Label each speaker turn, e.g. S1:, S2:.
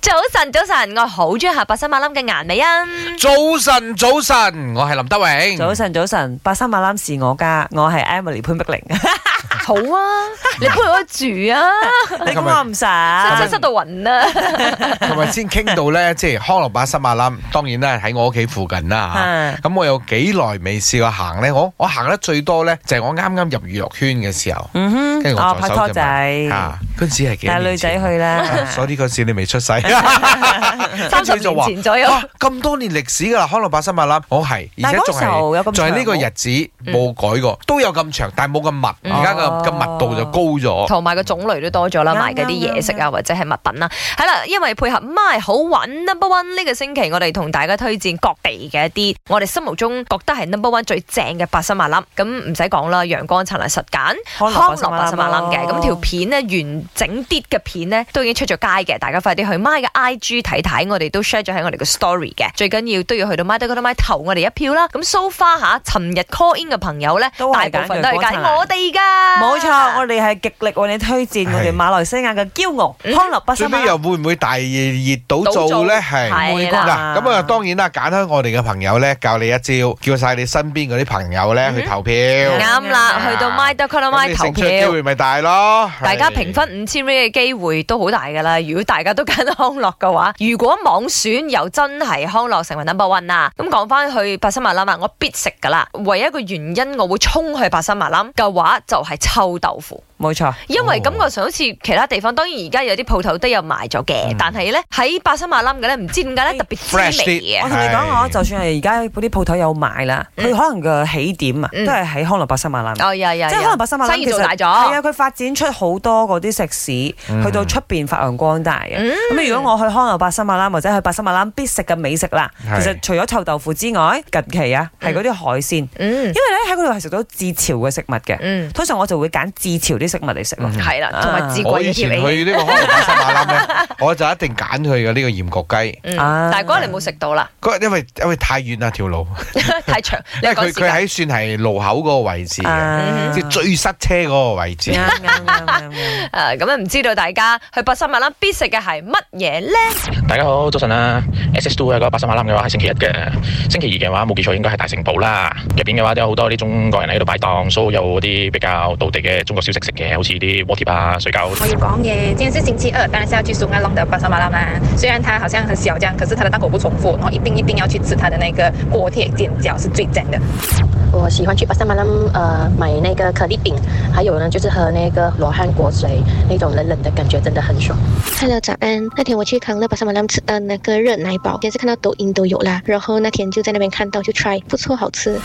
S1: 早晨，早晨，我好中意下白新馬冧嘅顏美欣。
S2: 早晨，早晨，我係林德榮。
S3: 早晨，早晨，八三馬攬是我家，我係 Emily 潘 碧玲。
S1: 好啊，你陪我住啊，
S3: 你估我唔使？嗯
S1: 真塞到暈啊！
S2: 琴日先傾到 咧，即係康樂把新馬冧，當然啦喺我屋企附近啦
S3: 啊
S2: 嚇咁我有幾耐未試過行咧？我我行得最多咧，就係我啱啱入娛樂圈嘅時候，
S3: 嗯哼
S2: 跟，住我
S3: 哦
S2: 助
S3: 拍
S2: 手
S3: 拖
S2: 就
S3: 仔，
S2: 問啊嗰陣時係幾
S3: 帶
S2: 多
S3: 女
S2: 年
S3: 仔
S2: 前
S3: 去啦。
S2: 啊 所以嗰陣時你未出世。
S1: 三十
S2: 跟住就
S1: 年
S2: 話哦
S1: 前左右，
S2: 哇！咁多年歷史㗎啦，康樂百新馬啦，我係，而
S3: 但
S2: 且
S3: 係
S2: 仲
S3: 嗰時候有
S2: 係仲
S3: 咁
S2: 係
S3: 長嗯
S2: 呢個日子冇改過，都有咁長，但係冇咁密。
S1: 嗯
S2: 而家
S3: 哦
S2: 嘅嘅密度就高咗。
S1: 同埋個種類都多咗啦，
S3: 啱
S1: 賣嗰啲嘢食
S3: 啱
S1: 啊或者係物品啦。係啦，因為配合 My 好玩 Number One 呢個星期，我哋同大家推薦各地嘅一啲我哋心目中覺得係 Number One 最正嘅白心馬冧。咁唔使講啦，陽光燦爛實揀。
S3: 康
S1: 康樂
S3: 樂
S1: 白
S3: 八
S1: 十萬
S3: 三馬
S1: 冧
S3: 攬
S1: 嘅，咁條片呢，完整啲嘅片呢，都已經出咗街嘅，大家快啲去 My 嘅 IG 睇睇，我哋都 share 咗喺我哋嘅 story 嘅，最緊要都要去到 My 得嗰度 My 投我哋一票啦。咁 so far 吓，尋日 call in 嘅朋友呢，
S3: 都
S1: 大
S3: 係
S1: 部分
S3: 揀
S1: 都係
S3: 陽光燦
S1: 揀
S3: 爛
S1: 我哋噶，
S3: 冇錯，我哋係極力為你推薦我
S2: 係
S3: 哋馬來西亞嘅驕傲
S1: 嗯
S3: 康樂八
S2: 最
S3: 三馬
S2: 尾
S3: 攬
S2: 又。會唔會大熱到
S1: 到
S2: 做
S1: 做
S2: 咧？係。
S1: 係
S3: 啊
S1: 啦。
S2: 嗱，咁啊，當然啦，揀開我哋嘅朋友咧，教你一招，叫晒你身邊嗰啲朋友咧
S1: 嗯
S2: 去投票，
S1: 啱啦，去到 My 得 c o l My 投
S2: 咁你勝出機
S1: 票，
S2: 會咪大咯。
S1: 大家
S2: 係
S1: 評分五千 r 嘅機會都好大噶啦。如果大家都揀康樂嘅話，如果網選又真係康樂成為 number one 啦，咁講翻去白沙麻冧啊，我必食噶啦。唯一一個原因我會衝去白沙麻冧嘅話，就係臭豆腐。
S3: 冇錯，
S1: 因為
S2: 哦
S1: 感覺上好似其他地方，當然而家有啲鋪頭都有賣咗嘅，
S2: 嗯
S1: 但係咧喺白沙麻冧嘅咧，唔知點解咧特別滋
S2: Fresh
S1: 味
S2: 啲
S1: 嘅
S3: 我。同你
S2: 係
S3: 講，我就算係而家嗰啲鋪頭有賣啦，佢
S1: 嗯
S3: 可能嘅起點啊，都
S1: 嗯
S3: 係喺康樂八三馬攬。
S1: 哦，呀呀，
S3: 即係
S1: 呀
S3: 可能白沙馬
S1: 生意做大
S3: 係
S1: 咗
S3: 啊，。佢發展出好多嗰啲食肆，
S2: 嗯
S3: 去到出邊發揚光大嘅。
S1: 嗯
S3: 咁如果我去康樂白沙馬欄或者去白沙馬欄必食嘅美食啦，
S2: 係
S3: 其實除咗臭豆腐之外，近期啊係嗰啲海鮮，因
S1: 嗯
S3: 為咧喺嗰度係食到自潮嘅食物嘅。
S1: 嗯，
S3: 通常我就會揀自潮啲食物嚟食咯。
S1: 係啦，同埋自
S2: 啊我
S1: 貴
S2: 以
S1: 嘅
S2: 前
S1: 添你。
S2: 去呢個可能巴沙馬冧咧， 我就一定揀佢嘅呢個鹽焗雞。
S1: 嗯
S3: 啊
S1: 但係嗰日你冇食到啦，
S2: 嗰因為因為太遠啦條路，
S1: 太長，你
S2: 因為
S1: 講
S2: 佢
S1: 時
S2: 佢
S1: 間。
S2: 喺算係路口嗰個位置嘅，
S1: 嗯
S3: 啊
S2: 嗯即係最塞車嗰個位置。
S3: 啱啱啱啱啱。
S1: 誒咁啊，唔知道大家去八三萬啦，必食嘅係乜嘢咧？
S4: 大家好，早晨啊！SS Two 嘅嗰個八十馬欄嘅話係星期一嘅，星期二嘅話冇記錯應該係大城堡啦。入邊嘅話都有好多啲中國人喺度擺檔，所以有啲比較道地嘅中國小食食嘅，好似啲鍋貼啊、水餃。
S5: 我有講嘅，今天是星期二，当然是要去苏安弄的巴沙马拉嘛。虽然它好像很小这样，可是它的大狗不重复，然后一定一定要去吃它的那个锅贴煎饺是最赞的。
S6: 我喜欢去巴塞马拉呃买那个可丽饼，还有呢就是喝那个罗汉果水，那种冷冷的感觉真的很爽。
S7: Hello，早安。那天我去康乐巴萨马兰吃呃的那个热奶堡，也是看到抖音都有啦。然后那天就在那边看到，就 try，不错，好吃。